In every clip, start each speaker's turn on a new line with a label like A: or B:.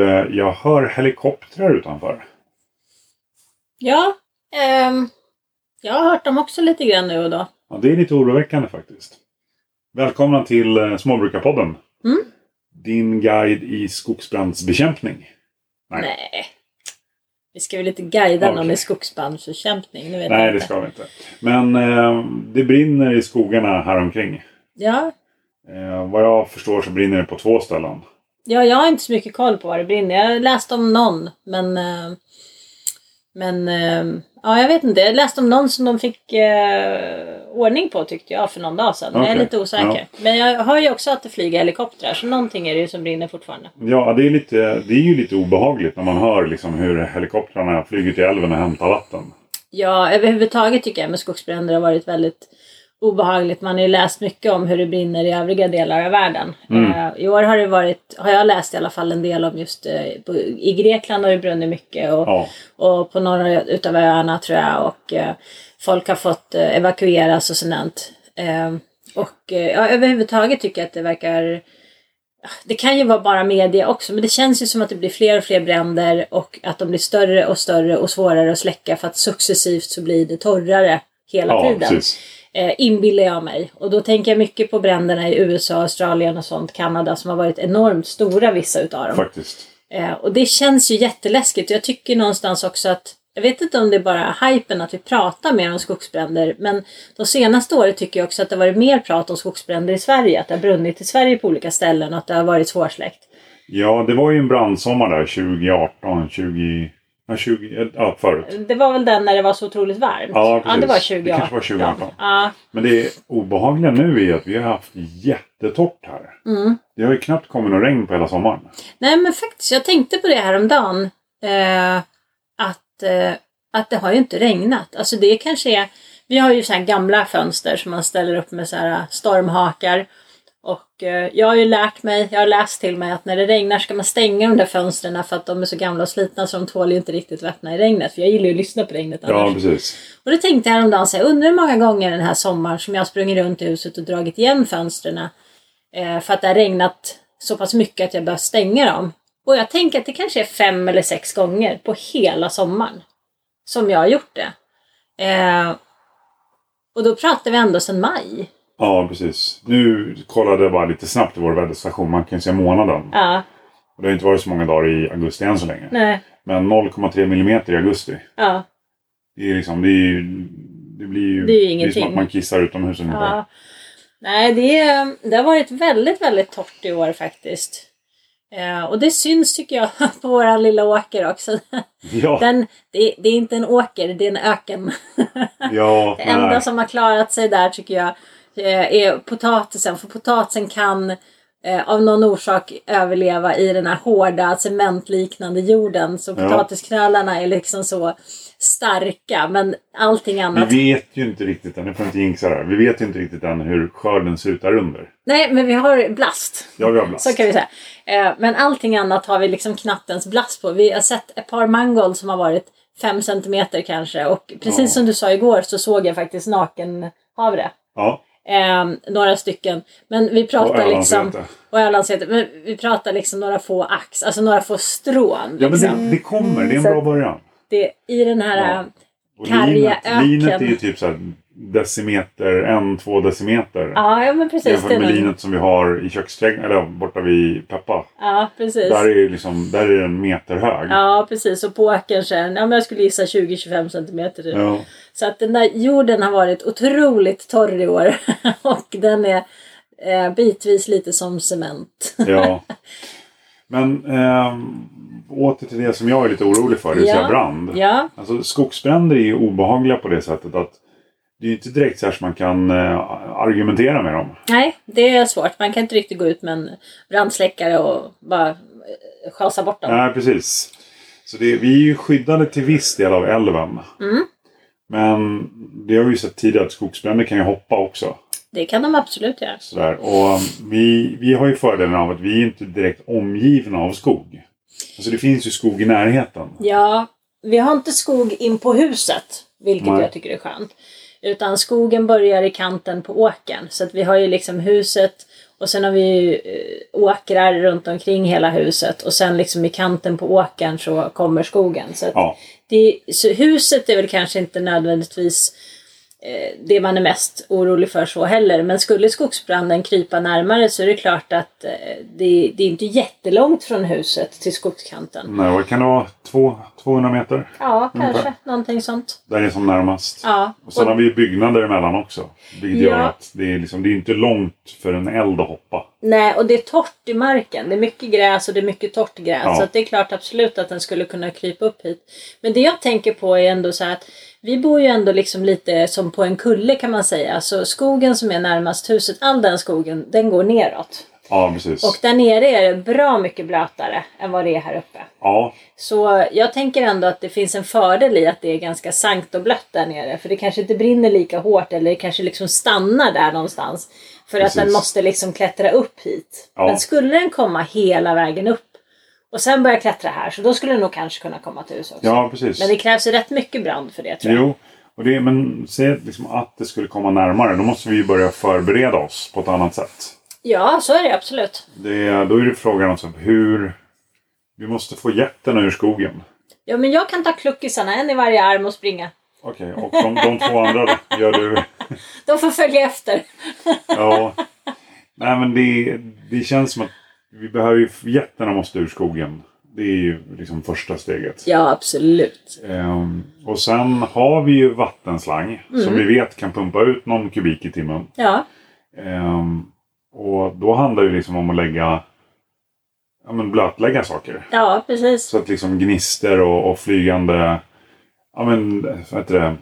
A: eh, jag hör helikoptrar utanför.
B: Ja, ehm, jag har hört dem också lite grann nu och då.
A: Ja, det är lite oroväckande faktiskt. Välkomna till eh, Småbrukarpodden.
B: Mm.
A: Din guide i skogsbrandsbekämpning. Nej.
B: Nej. Vi ska väl lite guida någon
A: Okej.
B: med skogsbandsbekämpning. Nu vet jag
A: Nej, det
B: inte.
A: ska vi inte. Men eh, det brinner i skogarna här omkring.
B: Ja.
A: Eh, vad jag förstår så brinner det på två ställen.
B: ja, jag har inte så mycket koll på vad det brinner. Jag läste om någon, men... eh, Men eh, ja, jag vet inte. Jag läste om någon som de fick eh, ordning på tyckte jag för någon dag sedan. Men Jag är
A: Okej,
B: lite osäker. Men jag hör ju också att det flyger helikoptrar. Så någonting är det ju som brinner fortfarande.
A: Ja, det är, lite, det är ju lite obehagligt när man hör liksom hur helikoptrarna flyger till älven och hämtar vatten.
B: Ja, överhuvudtaget tycker jag med skogsbränder har varit väldigt obehagligt. Man har ju läst mycket om hur det brinner i övriga delar av världen. Eh, I år har det varit, har jag läst i alla fall en del om just eh, på, i Grekland har det brunnit mycket och,
A: Ja,
B: och på några utav öarna tror jag och eh, folk har fått eh, evakueras och sådant. Eh, och eh, ja, överhuvudtaget tycker jag att det verkar det kan ju vara bara media också, men det känns ju som att det blir fler och fler bränder och att de blir större och större och svårare att släcka för att successivt så blir det torrare hela
A: ja
B: tiden.
A: precis.
B: Eh, inbillar jag mig. Och då tänker jag mycket på bränderna i USA, Australien och sånt, Kanada som har varit enormt stora vissa utav dem.
A: Faktiskt.
B: Eh, och det känns ju jätteläskigt. Jag tycker någonstans också att jag vet inte om det är bara hypen att vi pratar mer om skogsbränder, men de senaste åren tycker jag också att det har varit mer prat om skogsbränder i Sverige. Att det har brunnit i Sverige på olika ställen och att det har varit svårsläckt.
A: Ja, det var ju en brandsommar där 2018, 20... Ja, 20, ja förut.
B: Det var väl den när det var så otroligt varmt?
A: Ja,
B: det var
A: precis.
B: 2018.
A: Det kanske var 2018.
B: Ja,
A: Men det obehagliga nu är att vi har haft jättetorrt här.
B: mm.
A: Det har ju knappt kommit någon regn på hela sommaren.
B: Nej men faktiskt, jag tänkte på det häromdagen. Eh, att, eh, att det har ju inte regnat. Alltså det kanske är... Vi har ju så här gamla fönster som man ställer upp med så här eh, stormhakar. Och eh, jag har ju lärt mig, jag har läst till mig att när det regnar ska man stänga de där fönstren för att de är så gamla och slitna så de tål ju inte riktigt vattna i regnet. För jag gillar ju att lyssna på regnet annars.
A: Ja, precis.
B: Och då tänkte jag häromdagen så här, undrar hur många gånger den här sommaren som jag har sprungit runt i huset och dragit igen fönstren eh, för att det har regnat så pass mycket att jag behöver stänga dem. Och jag tänker att det kanske är fem eller sex gånger på hela sommaren som jag har gjort det. Eh, och då pratar vi ändå sedan maj.
A: Ja, precis. Nu kollade jag bara lite snabbt i vår väderstation. Man kan ju se månaden.
B: Ja,
A: Och det har inte varit så många dagar i augusti än så länge.
B: nej,
A: Men 0,3 millimeter i augusti.
B: ja,
A: Det är liksom, det är ju... Det blir ju...
B: Det är ju
A: som att
B: ingenting.
A: man kissar utomhus ungefär.
B: ja. Nej, det, är- det har varit väldigt, väldigt torrt i år faktiskt. Eh, och det syns tycker jag på våran lilla åker också.
A: Ja,
B: Den, det, det är inte en åker, det är en öken.
A: ja,
B: Det
A: nej.
B: enda som har klarat sig där tycker jag eh, är potatisen. För potatisen kan eh, av någon orsak överleva i den här hårda cementliknande jorden. Så
A: Ja.
B: potatisknölarna är liksom så starka. Men allting annat.
A: Vi vet ju inte riktigt än, nu får jag inte jinxa det här. Vi vet ju inte riktigt än hur skörden ser ut där under.
B: Nej, men vi har blast.
A: Jag vill ha blast.
B: Så kan vi säga. Eh, Men allting annat har vi liksom knappt ens blast på. Vi har sett ett par mangold som har varit 5 centimeter kanske. Och precis
A: Ja.
B: som du sa igår så såg jag faktiskt nakenhavre.
A: Ja,
B: Eh, några stycken. Men vi
A: och
B: pratar liksom...
A: Ölandsvete.
B: Och Ölandsvete. Men vi pratar liksom några få ax. Alltså några få strån.
A: Ja, men
B: Liksom.
A: det, det kommer. Det är en
B: Så-
A: bra början.
B: det... I den här...
A: Ja. Och
B: Karga
A: linet,
B: öken.
A: linet är ju typ så här decimeter, en, två decimeter.
B: Ja, ja men precis.
A: Jämfört
B: det är
A: med
B: någon-
A: linet som vi har i köksträdgården, eller borta vid Peppa.
B: Ja, precis.
A: Där är, ju liksom, där är den meter hög.
B: Ja, precis. Och på åkern så är den- ja, men jag skulle gissa 20-25 centimeter. Typ.
A: Ja.
B: Så att den där jorden har varit otroligt torr i år. och den är eh, bitvis lite som cement.
A: ja. Men ehm, åter till det som jag är lite orolig för, det vill
B: Ja.
A: säga brand.
B: ja,
A: Alltså, skogsbränder är ju obehagliga på det sättet att det är ju inte direkt så här som man kan eh, argumentera med dem.
B: nej, det är svårt. Man kan inte riktigt gå ut med en brandsläckare och bara eh, schasa bort dem.
A: Nej, precis. Så det, vi är ju skyddade till viss del av älven.
B: Mm.
A: Men det har vi ju sett tidigare att skogsbränder kan ju hoppa också.
B: Det kan de absolut göra.
A: Sådär. Och um, vi, vi har ju fördelen av att vi är inte direkt omgivna av skog. Alltså det finns ju skog i närheten.
B: Ja, vi har inte skog in på huset, vilket
A: Nej.
B: jag tycker är skönt. Utan skogen börjar i kanten på åken. Så att vi har ju liksom huset och sen har vi ju eh, åkrar runt omkring hela huset. Och sen liksom i kanten på åkern så kommer skogen. Så, att
A: Ja.
B: det, så huset är väl kanske inte nödvändigtvis eh, det man är mest orolig för så heller. Men skulle skogsbranden krypa närmare så är det klart att eh, det, det är inte jättelångt från huset till skogskanten.
A: Nej, vad kan det vara? Två, 200 meter?
B: Ja,
A: Ungefär.
B: kanske. Någonting sånt.
A: Där är som närmast.
B: Ja.
A: Mm. Och sen
B: och-
A: har vi ju byggnader emellan också. Vilket gör
B: Ja.
A: att det är, liksom, det är inte långt för en eld att hoppa.
B: Nej, och det är torrt i marken. Det är mycket gräs och det är mycket torrt gräs.
A: Ja.
B: Så att det är klart absolut att den skulle kunna krypa upp hit. Men det jag tänker på är ändå så här att vi bor ju ändå liksom lite som på en kulle kan man säga. Så skogen som är närmast huset, all den skogen, den går neråt.
A: Ja, precis.
B: Och där nere är det bra mycket blötare än vad det är här uppe.
A: Ja,
B: Så jag tänker ändå att det finns en fördel i att det är ganska sankt och blött där nere. För det kanske inte brinner lika hårt eller det kanske liksom stannar där någonstans. För
A: Precis.
B: att den måste liksom klättra upp hit.
A: Ja.
B: Men skulle den komma hela vägen upp och sen börja klättra här så då skulle den nog kanske kunna komma till hus också.
A: ja precis.
B: Men det krävs ju rätt mycket brand för det tror jag.
A: Jo, och det, men säg liksom att det skulle komma närmare. Då måste vi ju börja förbereda oss på ett annat sätt.
B: Ja, så är det absolut.
A: Det, då är det frågan om hur... Vi måste få jätten ur skogen.
B: Ja, men jag kan ta kluckisarna, en i varje arm och springa.
A: Okej, och de, de två andra då? gör du?
B: De får följa efter.
A: Ja. Nej, men det, det känns som att vi behöver ju... Jätterna måste ur skogen. Det är ju liksom första steget.
B: Ja, absolut.
A: Ehm, och sen har vi ju vattenslang
B: Mm.
A: som vi vet kan pumpa ut någon kubik i timmen.
B: Ja,
A: Ehm, och då handlar det ju liksom om att lägga ja, men blötlägga saker.
B: ja precis.
A: Så att liksom gnister och, och flygande ja, men, vad heter det?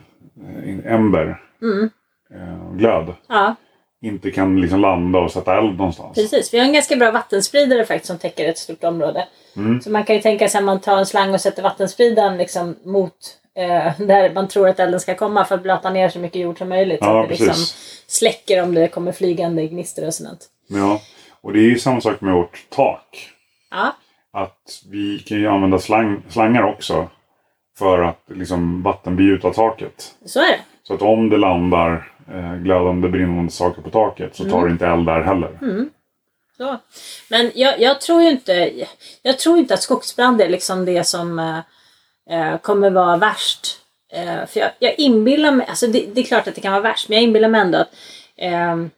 A: Eh, Ember.
B: Mm.
A: Eh, glöd.
B: Ja.
A: Inte kan liksom landa och sätta eld någonstans.
B: Precis, vi har en ganska bra vattenspridare faktiskt som täcker ett stort område.
A: Mm.
B: Så man kan ju tänka sig att man tar en slang och sätter vattenspridaren liksom mot eh, där man tror att elden ska komma för att blöta ner så mycket jord som möjligt. så
A: Ja,
B: att det liksom
A: precis.
B: släcker om det kommer flygande gnistor och sånt.
A: Ja. Och det är ju samma sak med vårt tak.
B: Ja,
A: Att vi kan ju använda slang, slangar också. För att liksom vattenbegjuta taket.
B: så är det.
A: Så att om det landar eh, glödande brinnande saker på taket så
B: Mm.
A: tar det inte eld där heller.
B: Så. Men jag, jag, tror ju inte, jag tror inte att skogsbrand är liksom det som eh, eh, kommer vara värst. Eh, för jag, jag inbillar mig, alltså det, det är klart att det kan vara värst, men jag inbillar mig ändå att ehm,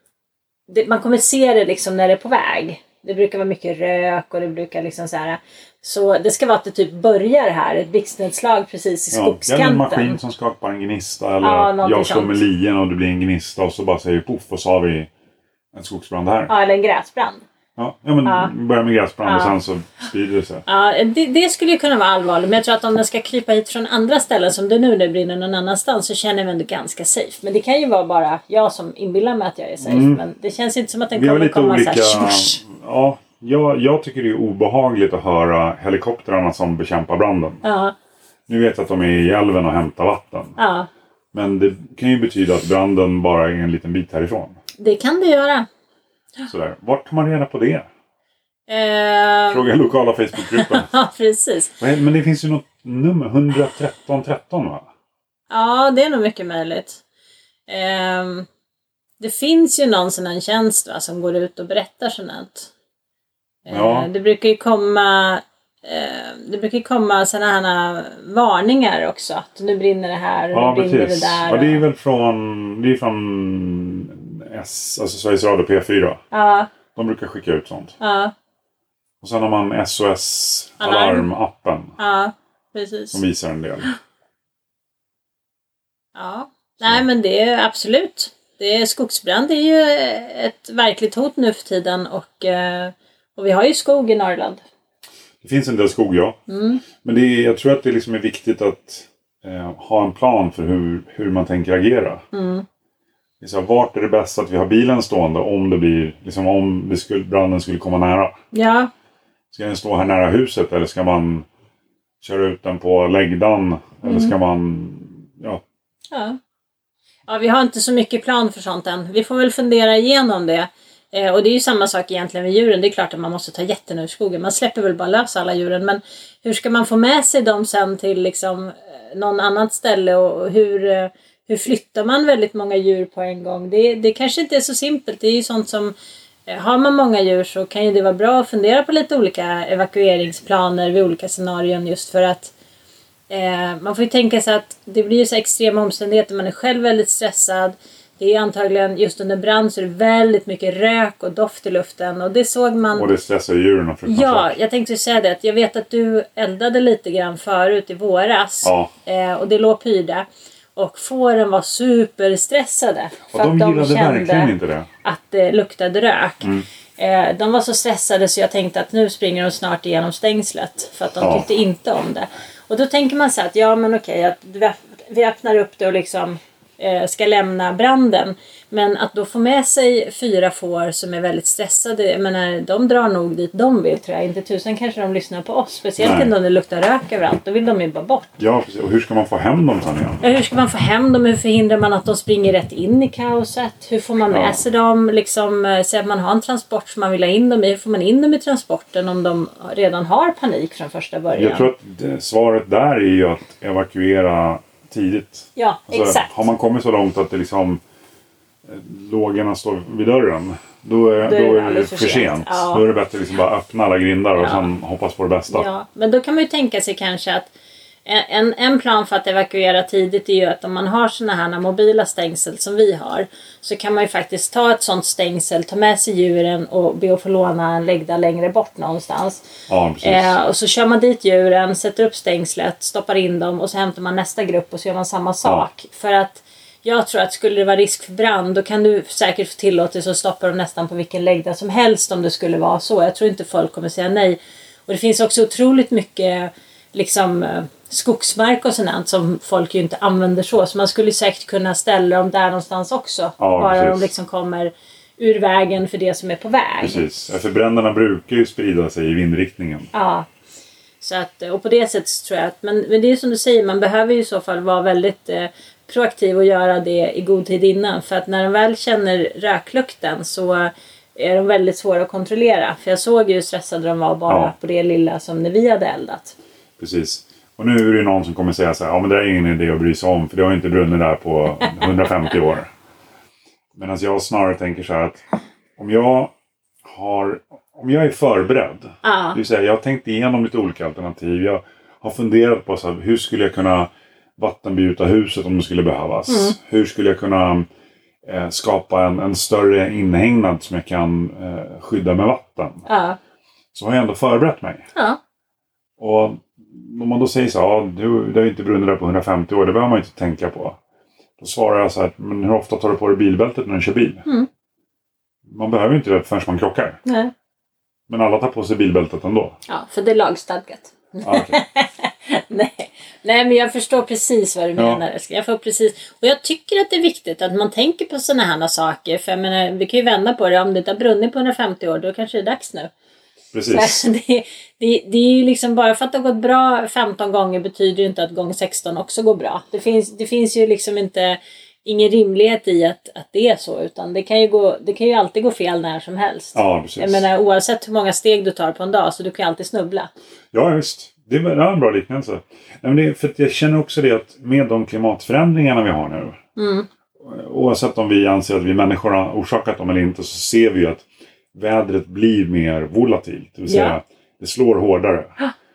B: det, man kommer se det liksom när det är på väg. Det brukar vara mycket rök och det brukar liksom så här. Så det ska vara att det typ börjar här, ett blixtnedslag precis i
A: Ja, det är en
B: skogskanten.
A: maskin som skapar en gnista eller
B: Ja,
A: att
B: någonting
A: jag slår med
B: sånt.
A: lien och det blir en gnista och så bara säger vi poff och så har vi en skogsbrand här.
B: Ja, eller en gräsbrand.
A: Ja, ja men
B: Ja.
A: börjar med gräsbrand och
B: Ja.
A: sen så sprider det sig.
B: Ja, det, det skulle ju kunna vara allvarligt. Men jag tror att om den ska krypa hit från andra ställen, som det nu när det brinner någon annanstans, så känner jag mig ändå ganska safe. Men det kan ju vara bara jag som inbillar mig att jag är safe. Men det känns inte som att den
A: Mm. Vi har
B: kommer
A: väl lite olika...
B: komma så här... "Tjosh!"
A: Ja, jag, jag tycker det är obehagligt att höra helikoptrarna som bekämpar branden.
B: Ja,
A: Nu vet jag att de är i älven och hämtar vatten.
B: ja,
A: Men det kan ju betyda att branden bara är en liten bit härifrån.
B: det kan det göra.
A: Sådär. Vart tar man reda på det?
B: Eh,
A: Fråga lokala Facebookgruppen.
B: ja, precis.
A: Men men det finns ju något nummer, 113 13 va?
B: Ja, det är nog mycket möjligt. Ehm, det finns ju någon sån här tjänst va, som går ut och berättar sånt. Eh,
A: Ja.
B: Det brukar ju komma eh, det brukar ju komma sådana här varningar också. Att nu brinner det här och
A: Ja,
B: nu brinner
A: precis.
B: det där.
A: Ja, det är
B: och-
A: väl från, det är från S, alltså Sveriges Radio P4.
B: ja,
A: De brukar skicka ut sånt.
B: ja,
A: Och sen har man SOS
B: Alarm.
A: Alarm-appen
B: ja, precis.
A: som visar en del.
B: Ja. Nej, men det är absolut. Det är, skogsbrand är ju ett verkligt hot nu för tiden och, eh, och vi har ju skog i Norrland.
A: Det finns en del skog ja.
B: Mm.
A: Men det är, jag tror att det liksom är viktigt att eh, ha en plan för hur, hur man tänker agera.
B: Mm.
A: Det är så här, vart är det bäst att vi har bilen stående om det blir, liksom om det skulle, branden skulle komma nära?
B: Ja,
A: Ska den stå här nära huset eller ska man köra ut den på läggdan? Eller
B: Mm.
A: ska man... Ja,
B: Ja. ja, vi har inte så mycket plan för sånt än. Vi får väl fundera igenom det. Eh, och det är ju samma sak egentligen med djuren. Det är klart att man måste ta jätten ur skogen. Man släpper väl bara lös alla djuren. Men hur ska man få med sig dem sen till liksom, eh, någon annat ställe och och hur, eh, hur flyttar man väldigt många djur på en gång? Det, det kanske inte är så simpelt. Det är ju sånt som eh, har man många djur så kan ju det vara bra att fundera på lite olika evakueringsplaner vid olika scenarion just för att eh, man får ju tänka sig att det blir ju så extrema omständigheter. Man är själv väldigt stressad. Det är antagligen just under brand så är det väldigt mycket rök och doft i luften och det såg man
A: Och det stressar djuren och
B: Ja,
A: fruktansvärt.
B: jag tänkte ju säga det. att Jag vet att du eldade lite grann förut i våras.
A: Ja.
B: Eh, och det låg pyrda. Och fåren var superstressade. För
A: Och de
B: att
A: gillade
B: de
A: verkligen
B: kände
A: inte det.
B: att det luktade rök.
A: Mm.
B: Eh, de var så stressade så jag tänkte att nu springer de snart igenom stängslet. För att de
A: Ja.
B: tyckte inte om det. Och då tänker man så här att ja men okej, att vi öpp- vi öppnar upp det och liksom eh, ska lämna branden. Men att då få med sig fyra får som är väldigt stressade, jag menar, de drar nog dit de vill tror jag. Inte tusan kanske de lyssnar på oss. Speciellt
A: Nej.
B: inte om det luktar rök överallt, då vill de ju bara bort.
A: Ja, precis. Och hur ska man få hem dem sen igen?
B: Ja, Hur ska man få hem dem? Hur förhindrar man att de springer rätt in i kaoset? Hur får man med
A: Ja.
B: sig dem? Liksom, eh, Säg att man har en transport som man vill ha in dem i. Hur får man in dem i transporten om de redan har panik från första början?
A: Jag tror att det- svaret där är ju att evakuera tidigt.
B: Ja,
A: Alltså,
B: exakt.
A: Har man kommit så långt att det liksom eh, lågorna står vid dörren. Då är, då är det,
B: alldeles
A: för
B: för
A: sent.
B: sent. Ja.
A: Då är det bättre liksom bara öppna alla grindar och
B: Ja.
A: sen hoppas på det bästa.
B: Ja, men då kan man ju tänka sig kanske att en, en plan för att evakuera tidigt är ju att om man har såna här mobila stängsel som vi har så kan man ju faktiskt ta ett sånt stängsel, ta med sig djuren och be att få låna en läggda längre bort någonstans.
A: Ja, precis.
B: Eh, och så kör man dit djuren, sätter upp stängslet, stoppar in dem och så hämtar man nästa grupp och så gör man samma sak. För att jag tror att skulle det vara risk för brand då kan du säkert få tillåtelse att stoppa dem nästan på vilken läggda som helst om det skulle vara så. Jag tror inte folk kommer säga nej. Och det finns också otroligt mycket liksom, eh, skogsmark och sånt som folk ju inte använder så. Så man skulle säkert kunna ställa dem där någonstans också.
A: Ja,
B: bara
A: precis.
B: de liksom kommer ur vägen för det som är på väg.
A: Precis. Ja, För bränderna brukar ju sprida sig i vindriktningen.
B: Ja. Så att, och på det sättet så tror jag att, men, men det är som du säger, man behöver ju i så fall vara väldigt eh, proaktiv och göra det i god tid innan. För att när de väl känner röklukten så är de väldigt svåra att kontrollera. För jag såg ju hur stressade de var bara
A: Ja.
B: på det lilla som när vi hade eldat.
A: Precis. Och nu är det ju någon som kommer säga så här, ja men det där är ingen idé att bry sig om för det har ju inte brunnit där på 150 år. Medan jag snarare tänker så här att om jag har, om jag är förberedd.
B: Ja.
A: Det vill säga jag har tänkt igenom lite olika alternativ. Jag har funderat på så här, hur skulle jag kunna vattenbjuta huset om det skulle behövas. Hur skulle jag kunna eh, skapa en, en större inhägnad som jag kan eh, skydda med vatten.
B: Ja.
A: Så har jag ändå förberett mig.
B: Ja.
A: Och om man då säger så här, ja, du, det har ju inte brunnit där på 150 år, det behöver man ju inte tänka på. Då svarar jag så här, men hur ofta tar du på dig bilbältet när du kör bil?
B: Mm.
A: Man behöver ju inte det förrän man krockar.
B: Nej.
A: Men alla tar på sig bilbältet ändå.
B: ja, för det är lagstadgat.
A: Ja, okej.
B: Nej. Nej, men jag förstår precis vad du
A: Ja.
B: menar. älskling. Jag får precis... Och jag tycker att det är viktigt att man tänker på sådana här saker. För jag menar, vi kan ju vända på det. Om det inte har brunnit på 150 år, då kanske det är dags nu.
A: Precis.
B: Så det, det, det är ju liksom bara för att det har gått bra 15 gånger betyder ju inte att gång 16 också går bra. Det finns, det finns ju liksom inte ingen rimlighet i att, att det är så. Utan det kan, ju gå, det kan ju alltid gå fel när som helst.
A: Ja, precis.
B: Jag menar oavsett hur många steg du tar på en dag så du kan ju alltid snubbla.
A: Ja, visst. Det är väl- ja, en bra liknelse. Nej, men det, är- för att jag känner också det att med de klimatförändringarna vi har nu. Oavsett om vi anser att vi människor har orsakat dem eller inte så ser vi ju att vädret blir mer volatilt. Det vill
B: Ja.
A: säga, det slår hårdare.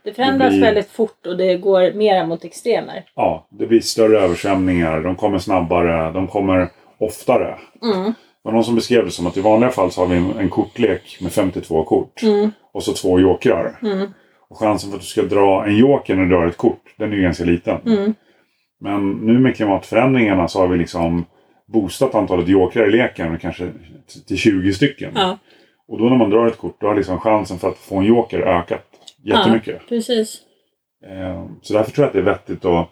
B: Det förändras
A: blir-
B: väldigt fort och det går mera mot extremer.
A: Ja, det blir större översvämningar, de kommer snabbare, de kommer oftare.
B: Mm.
A: Det var någon som beskrev det som att i vanliga fall så har vi en, en kortlek med 52 kort.
B: Mm.
A: Och så två jokrar. Och chansen för att du ska dra en joker när du drar ett kort, den är ju ganska liten.
B: Mm.
A: Men nu med klimatförändringarna så har vi liksom boostat antalet jokrar i leken med kanske t- till 20 stycken.
B: Ja.
A: Och då när man drar ett kort, då har liksom chansen för att få en joker ökat jättemycket.
B: Ja, precis.
A: Eh, Så därför tror jag att det är vettigt att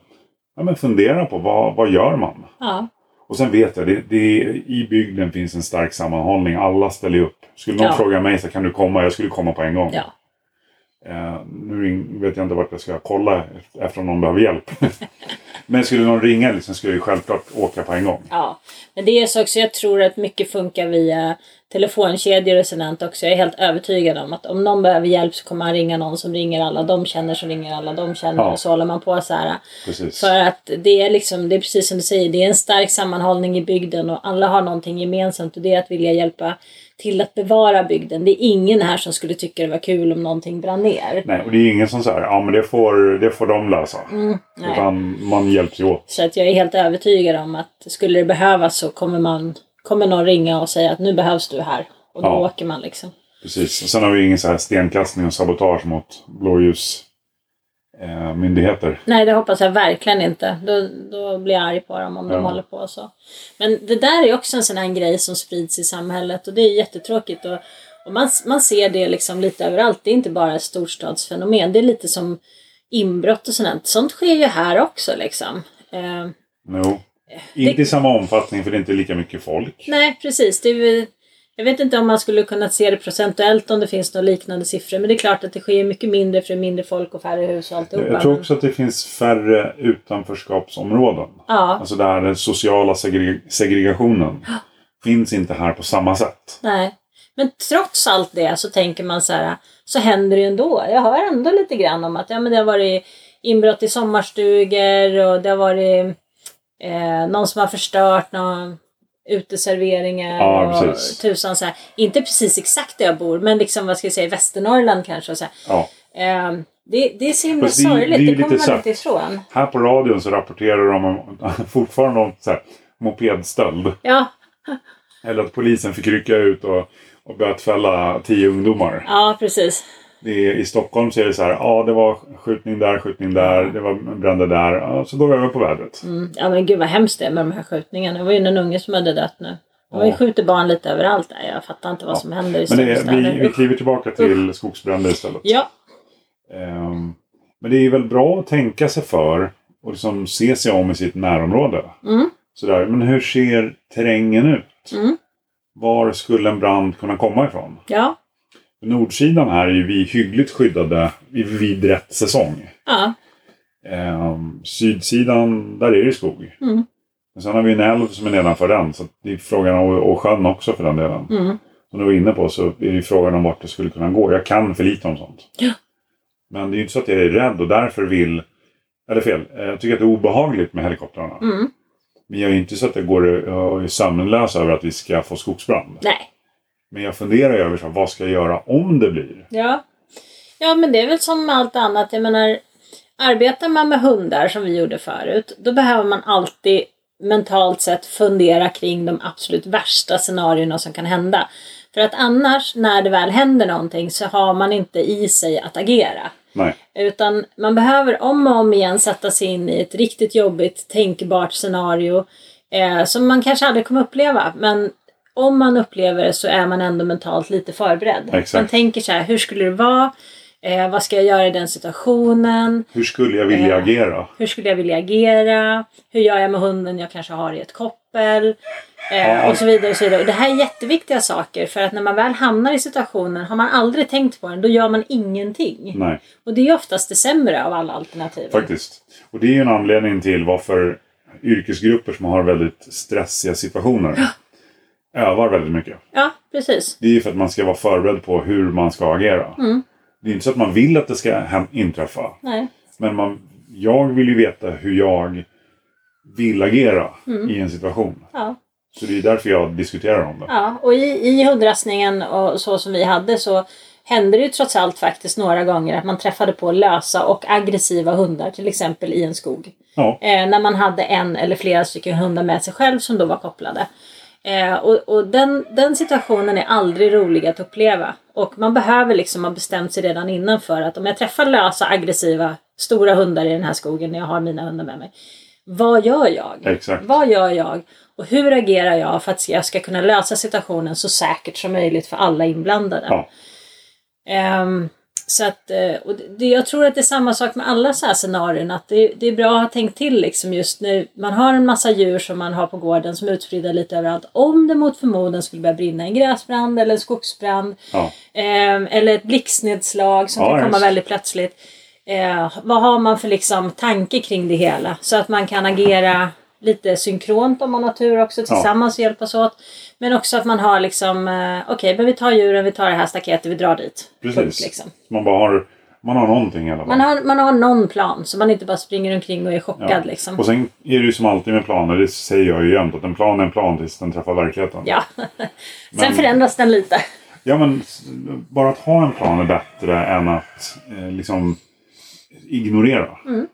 A: ja, men fundera på vad, vad gör man?
B: Ja.
A: Och sen vet jag, det, det, i bygden finns en stark sammanhållning. Alla ställer ju upp. Skulle någon
B: Ja.
A: fråga mig så kan du komma? Jag skulle komma på en gång.
B: Ja.
A: Eh, nu ring- vet jag inte vart jag ska kolla efter om någon behöver hjälp. men skulle någon ringa liksom, skulle jag ju självklart åka på en gång.
B: ja. Men det är så också, jag tror att mycket funkar via telefonkedjor och sådant också. Jag är helt övertygad om att om någon behöver hjälp så kommer han ringa någon som ringer alla de känner som ringer alla de känner
A: Ja.
B: och så håller man på så här.
A: Precis.
B: För att det är liksom, det är precis som du säger, det är en stark sammanhållning i bygden och alla har någonting gemensamt och det är att vilja hjälpa till att bevara bygden. Det är ingen här som skulle tycka det var kul om någonting brann ner.
A: Nej, och det är ingen som säger ja men det får, det får de lösa.
B: Mm, nej.
A: Utan man hjälps ju åt.
B: Så att jag är helt övertygad om att skulle det behövas så kommer, man, kommer någon ringa och säga att nu behövs du här. Och då
A: Ja.
B: åker man liksom.
A: Precis. Och sen har vi ingen så här stenkastning och sabotage mot blåljusmyndigheter. Eh, myndigheter.
B: Nej, det hoppas jag verkligen inte. Då, då blir jag arg på dem om de
A: Ja.
B: håller på så. Men det där är också en sån här grej som sprids i samhället och det är jättetråkigt. Och, och man, man ser det liksom lite överallt. Det är inte bara ett storstadsfenomen. Det är lite som inbrott och sånt. Sånt sker ju här också liksom. Eh,
A: Jo. Inte i samma omfattning för det är inte lika mycket folk.
B: Nej, precis. Det är, väl- jag vet inte om man skulle kunna se det procentuellt om det finns några liknande siffror. Men det är klart att det sker mycket mindre för det är mindre folk och färre hus och alltihopa.
A: Jag tror
B: men-
A: också att det finns färre utanförskapsområden.
B: Ja,
A: Alltså där den sociala segre- segregationen finns inte här på samma sätt.
B: nej. Men trots allt det så tänker man så här, så händer det ju ändå. Jag hör ändå lite grann om att ja, men det har varit inbrott i sommarstugor och det har varit eh, någon som har förstört någon uteserveringar
A: Ja,
B: och
A: precis.
B: tusan så här. Inte precis exakt där jag bor, men liksom vad ska jag säga, i Västernorrland kanske och så här.
A: Ja.
B: Eh, det, det är så himla
A: Fast det är-
B: sorgligt,
A: det är
B: det,
A: ju
B: kommer
A: lite
B: man inte
A: sagt.
B: ifrån.
A: Här på radion så rapporterar de om, fortfarande om så här, mopedstöld.
B: Ja,
A: Eller att polisen fick rycka ut och, och bötfälla tio ungdomar.
B: ja precis.
A: Det är, I Stockholm så är det så här, ja det var skjutning där, skjutning där, det var bränder där. Ja, så går vi över på vädret.
B: Mm. Ja men gud vad hemskt det är med de här skjutningarna. Det var ju någon unge som hade dött nu. De har ju
A: Ja.
B: skjutit barn lite överallt där. Jag fattar inte vad
A: Ja.
B: som händer i
A: Men
B: sådana
A: det är, vi, vi
B: städer.
A: kliver tillbaka till skogsbränder istället.
B: Ja,
A: Ehm, men det är väl bra att tänka sig för och liksom se sig om i sitt närområde.
B: Mm.
A: Sådär, men hur ser terrängen ut?
B: Mm.
A: Var skulle en brand kunna komma ifrån?
B: ja,
A: Nordsidan här är ju vi hyggligt skyddade vid- vid rätt säsong.
B: ja,
A: Ehm, sydsidan, där är det skog.
B: Mm.
A: Men sen har vi en älv som är nedanför den. Så det är frågan om, och sjön också för den delen.
B: mm.
A: Som du var inne på så är det ju frågan om vart det skulle kunna gå. Jag kan för lite om sånt.
B: Ja.
A: Men det är ju inte så att jag är rädd och därför vill... Eller fel. eh, Jag tycker att det är obehagligt med helikoptrarna.
B: Mm.
A: Men jag är ju inte så att jag går eh, och är sömnlös över att vi ska få skogsbrand.
B: nej,
A: Men jag funderar ju över så, här, vad ska jag göra om det blir?
B: ja. Ja men det är väl som med allt annat. Jag menar, arbetar man med hundar som vi gjorde förut, då behöver man alltid mentalt sett fundera kring de absolut värsta scenarierna som kan hända. För att annars, när det väl händer någonting, så har man inte i sig att agera.
A: Nej.
B: Utan man behöver om och om igen sätta sig in i ett riktigt jobbigt tänkbart scenario eh, som man kanske aldrig kommer uppleva. Men om man upplever det så är man ändå mentalt lite förberedd.
A: Exakt.
B: Man tänker så här, hur skulle det vara? Eh, vad ska jag göra i den situationen?
A: Hur skulle jag vilja
B: Eh.
A: agera?
B: Hur skulle jag vilja agera? Hur gör jag med hunden jag kanske har i ett koppel? Eh,
A: Ja.
B: och så vidare. Och så vidare. Och det här är jätteviktiga saker för att när man väl hamnar i situationen, har man aldrig tänkt på den, då gör man ingenting.
A: Nej,
B: Och det är oftast det sämre av alla alternativ.
A: faktiskt. Och det är ju en anledning till varför yrkesgrupper som har väldigt stressiga situationer övar väldigt mycket.
B: Ja, precis.
A: Det är ju för att man ska vara förberedd på hur man ska agera.
B: Mm.
A: Det är inte så att man vill att det ska hem- inträffa.
B: Nej.
A: Men man, jag vill ju veta hur jag vill agera
B: Mm.
A: i en situation.
B: Ja.
A: Så det är därför jag diskuterar om det.
B: ja. Och i, i hundrastningen och så som vi hade så hände det ju trots allt faktiskt några gånger att man träffade på lösa och aggressiva hundar, till exempel i en skog.
A: Ja,
B: Eh, när man hade en eller flera stycken hundar med sig själv som då var kopplade. Eh, och och den, den situationen är aldrig rolig att uppleva. Och man behöver liksom ha bestämt sig redan innan för att om jag träffar lösa, aggressiva, stora hundar i den här skogen när jag har mina hundar med mig. Vad gör jag?
A: Exakt.
B: Vad gör jag? Och hur agerar jag för att jag ska kunna lösa situationen så säkert som möjligt för alla inblandade?
A: ja.
B: Ehm, så att, eh, och det, jag tror att det är samma sak med alla så här scenarion. Att det, det är bra att ha tänkt till liksom just när man har en massa djur som man har på gården som är utspridda lite överallt. Om det mot förmodan skulle börja brinna en gräsbrand eller en skogsbrand.
A: ja.
B: ehm, eller ett blixtnedslag som
A: Ja,
B: kan komma
A: just.
B: väldigt Ehm, plötsligt. Eh, vad har man för liksom, tanke kring det hela? Så att man kan agera lite synkront om man har tur också tillsammans och hjälpas åt. Men också att man har liksom, eh, okej men vi tar djuren, vi tar det här staketet, vi drar dit.
A: Precis.
B: Punkt, liksom.
A: Man bara har, man har någonting i alla fall.
B: man, har, man har någon plan så man inte bara springer omkring och är chockad
A: Ja.
B: liksom.
A: Och sen är det ju som alltid med planer, det säger jag ju jämt, att en plan är en plan tills den träffar verkligheten.
B: Ja. Sen
A: Men-
B: förändras den lite.
A: Ja, men s- bara att ha en plan är bättre än att eh, liksom ignorera.
B: Mm.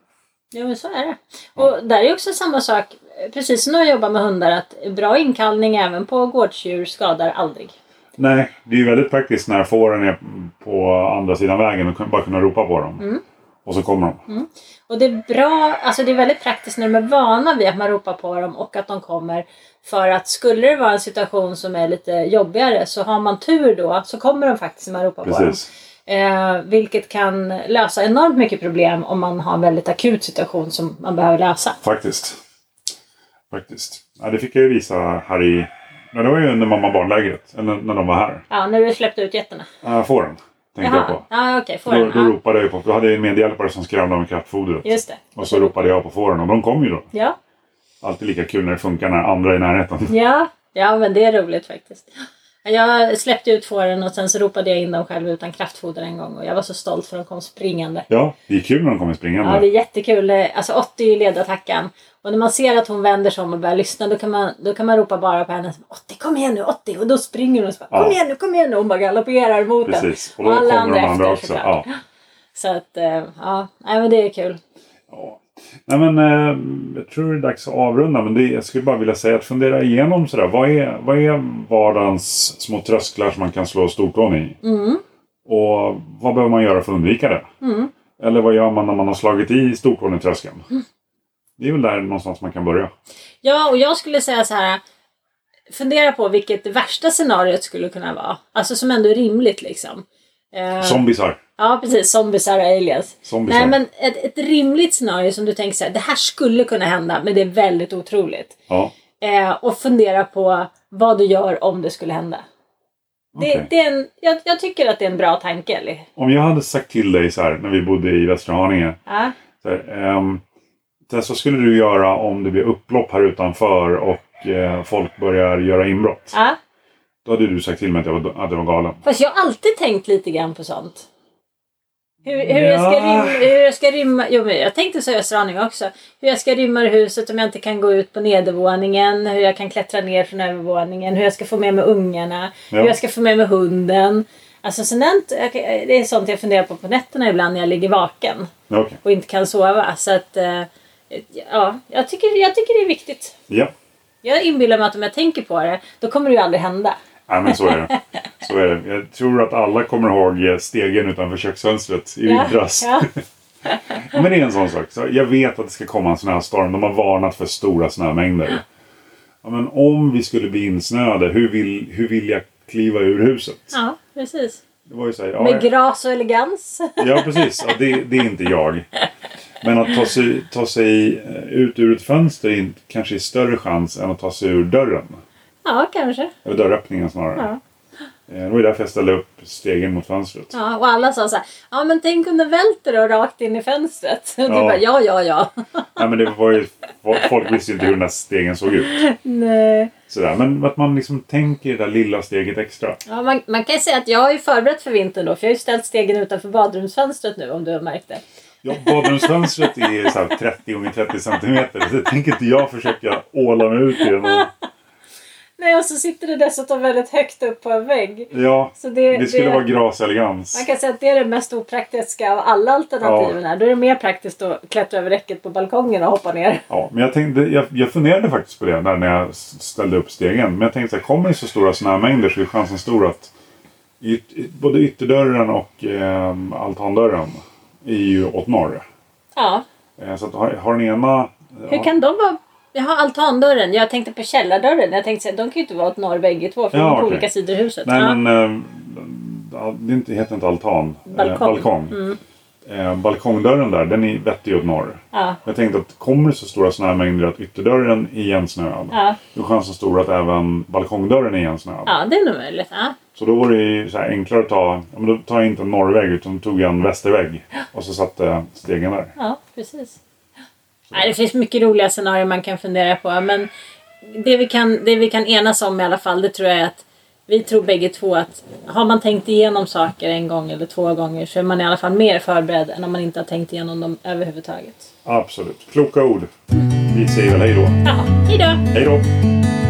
B: Ja, men så är det. Och där är också samma sak, precis som när jag jobbar med hundar, att bra inkallning även på gårdsdjur skadar aldrig.
A: Nej, det är ju väldigt praktiskt när fåren är på andra sidan vägen och kan- bara kunna ropa på dem.
B: Mm.
A: Och så kommer de.
B: Och det är bra, alltså det är väldigt praktiskt när de är vana vid att man ropar på dem och att de kommer. För att skulle det vara en situation som är lite jobbigare så har man tur då så kommer de faktiskt när man ropar på dem.
A: Precis.
B: Eh, vilket kan lösa enormt mycket problem om man har en väldigt akut situation som man behöver lösa.
A: Faktiskt. Faktiskt. Ja, det fick jag ju visa här i... Ja, det var ju under mamma och barnlägret. Eller när de var här.
B: Ja, när du släppte ut getterna.
A: Äh, fåren. Tänkte jag på.
B: ja okej. får
A: Då,
B: den.
A: då
B: Ja,
A: ropade jag ju på... Då hade jag en medhjälpare som skrämde om kraftfodret.
B: just det.
A: Och så ropade jag på fåren och de kom ju då.
B: Ja.
A: Alltid lika kul när det funkar när andra är i närheten.
B: Ja, ja men det är roligt faktiskt. Jag släppte ut fåren och sen så ropade jag in dem själv utan kraftfoder en gång och jag var så stolt för de kom springande.
A: Ja, det är kul när de kommer springande.
B: Ja, det är jättekul. Alltså 80 är ju ledartackan. Och när man ser att hon vänder sig om och börjar lyssna då kan man, då kan man ropa bara på henne. som, 80, kom igen nu 80! Och då springer hon och så bara,
A: Ja.
B: kom igen nu, kom igen nu! Hon bara galopperar mot den.
A: Precis. Och då kommer de andra också,
B: såklart.
A: ja.
B: Så att, eh, ja, nej, men det är kul.
A: Ja. Nej, men, eh, jag tror det är dags att avrunda, men det, jag skulle bara vilja säga att fundera igenom sådär. Vad är, vad är vardagens små trösklar som man kan slå stortån i?
B: Mm.
A: Och vad behöver man göra för att undvika det? Eller vad gör man när man har slagit i stortån i tröskeln?
B: Mm.
A: Det är väl där någonstans man kan börja.
B: Ja, och jag skulle säga så här. Fundera på vilket det värsta scenariot skulle kunna vara. Alltså som ändå är rimligt liksom. Eh,
A: Zombisar.
B: Ja, precis. Zombiesar och aliens.
A: Zombisar.
B: Nej, men ett, ett rimligt scenario som du tänker så här. Det här skulle kunna hända, men det är väldigt otroligt.
A: Ja.
B: Eh, och fundera på vad du gör om det skulle hända. Det,
A: Okej.
B: det är en, jag, jag tycker att det är en bra tanke, Ellie.
A: Om jag hade sagt till dig så här när vi bodde i Västerhaninge.
B: Ja,
A: Så, här, ehm, det här, så skulle du göra om det blir upplopp här utanför och eh, folk börjar göra inbrott.
B: ja.
A: Då hade du sagt till mig att jag var, att jag var galen.
B: Fast jag har alltid tänkt lite grann på sånt. Hur, hur, jag, ska
A: Ja.
B: rymma, hur jag ska rymma... Jo, men jag tänkte så i Österhaninge också. Hur jag ska rymma ur huset om jag inte kan gå ut på nedervåningen. Hur jag kan klättra ner från övervåningen. Hur jag ska få med mig ungarna.
A: Ja.
B: Hur jag ska få med mig hunden. Alltså, sånt, jag kan- det är sånt jag funderar på på nätterna ibland när jag ligger vaken
A: Ja, Okej.
B: och inte kan sova. Så att, eh, ja, jag tycker, jag tycker det är viktigt.
A: Ja.
B: Jag inbillar mig att om jag tänker på det, då kommer det ju aldrig hända.
A: Nej, men så är det. Så är det. Jag tror att alla kommer ihåg eh, stegen utanför köksfönstret i
B: Ja,
A: vintras.
B: ja.
A: Men det är en sån sak. Så jag vet att det ska komma en snöstorm. De har varnat för stora snömängder. Ja, men om vi skulle bli insnöade, hur vill, hur vill jag kliva ur huset?
B: ja, precis.
A: Det var ju så här, ja,
B: Med gras och elegans.
A: Ja, precis. Ja, det, det är inte jag. Men att ta sig, ta sig eh, ut ur ett fönster är in- kanske är större chans än att ta sig ur dörren.
B: Ja, kanske.
A: Eller dörröppningen snarare. Eh, Det var ju därför jag ställde upp stegen mot fönstret.
B: Ja, och alla sa så här, ja men tänk om den välter och rakt in i fönstret. Ja. Du
A: Ja.
B: bara, ja, ja, ja.
A: Nej, men det var ju, folk visste ju inte hur den där stegen såg ut.
B: Nej.
A: Sådär. Men att man liksom tänker det där lilla steget extra.
B: Ja, man, man kan ju säga att jag har ju förberett för vintern då, för jag har ju ställt stegen utanför badrumsfönstret nu om du har märkt det.
A: Ja, badrumsfönstret är så här 30 gånger 30 centimeter. Så jag tänker inte jag försöka åla mig ut genom...
B: Nej, och så sitter det dessutom väldigt högt upp på en vägg.
A: Ja,
B: Så det,
A: det skulle
B: det,
A: vara graselegans.
B: man kan säga att det är det mest opraktiska av alla alternativen här. Då är det mer praktiskt att klättra över räcket på balkongen och hoppa ner.
A: Ja, men jag, tänkte, jag, jag funderade faktiskt på det där när jag s- ställde upp stegen. Men jag tänkte att kommer det så stora snömängder så är chansen stor att yt, yt- både ytterdörren och eh, altandörren är ju åt norr.
B: Ja,
A: Eh, så att har, har den ena...
B: hur kan de vara... Jag har altandörren, jag tänkte på källardörren. Jag tänkte så här, de kan ju inte vara åt norr bägge två, för
A: Ja,
B: de är på
A: okej.
B: olika sidor i huset.
A: Nej,
B: ja.
A: men... Eh, al- det är inte- heter inte altan. Eh,
B: Balkong. Mm.
A: balkong. Eh, balkongdörren där, den är vettig åt norr.
B: Ja.
A: Jag tänkte att kommer det så stora snömängder att ytterdörren är igensnöad.
B: Ja.
A: Då är chansen stor att även balkongdörren är igensnöad.
B: Ja, det är nog möjligt. Ja.
A: Så då var det ju så här enklare att ta, ja, men då tar jag inte en norrväg utan tog jag en västervägg. Och så satte jag stegen där.
B: ja, precis. Nej, det finns mycket roliga scenarier man kan fundera på. Men det vi, kan, det vi kan enas om i alla fall, det tror jag är att vi tror bägge två att har man tänkt igenom saker en gång eller två gånger så är man i alla fall mer förberedd än om man inte har tänkt igenom dem överhuvudtaget.
A: Absolut. Kloka ord. Vi säger väl hej då.
B: Ja, hejdå!
A: Hej då!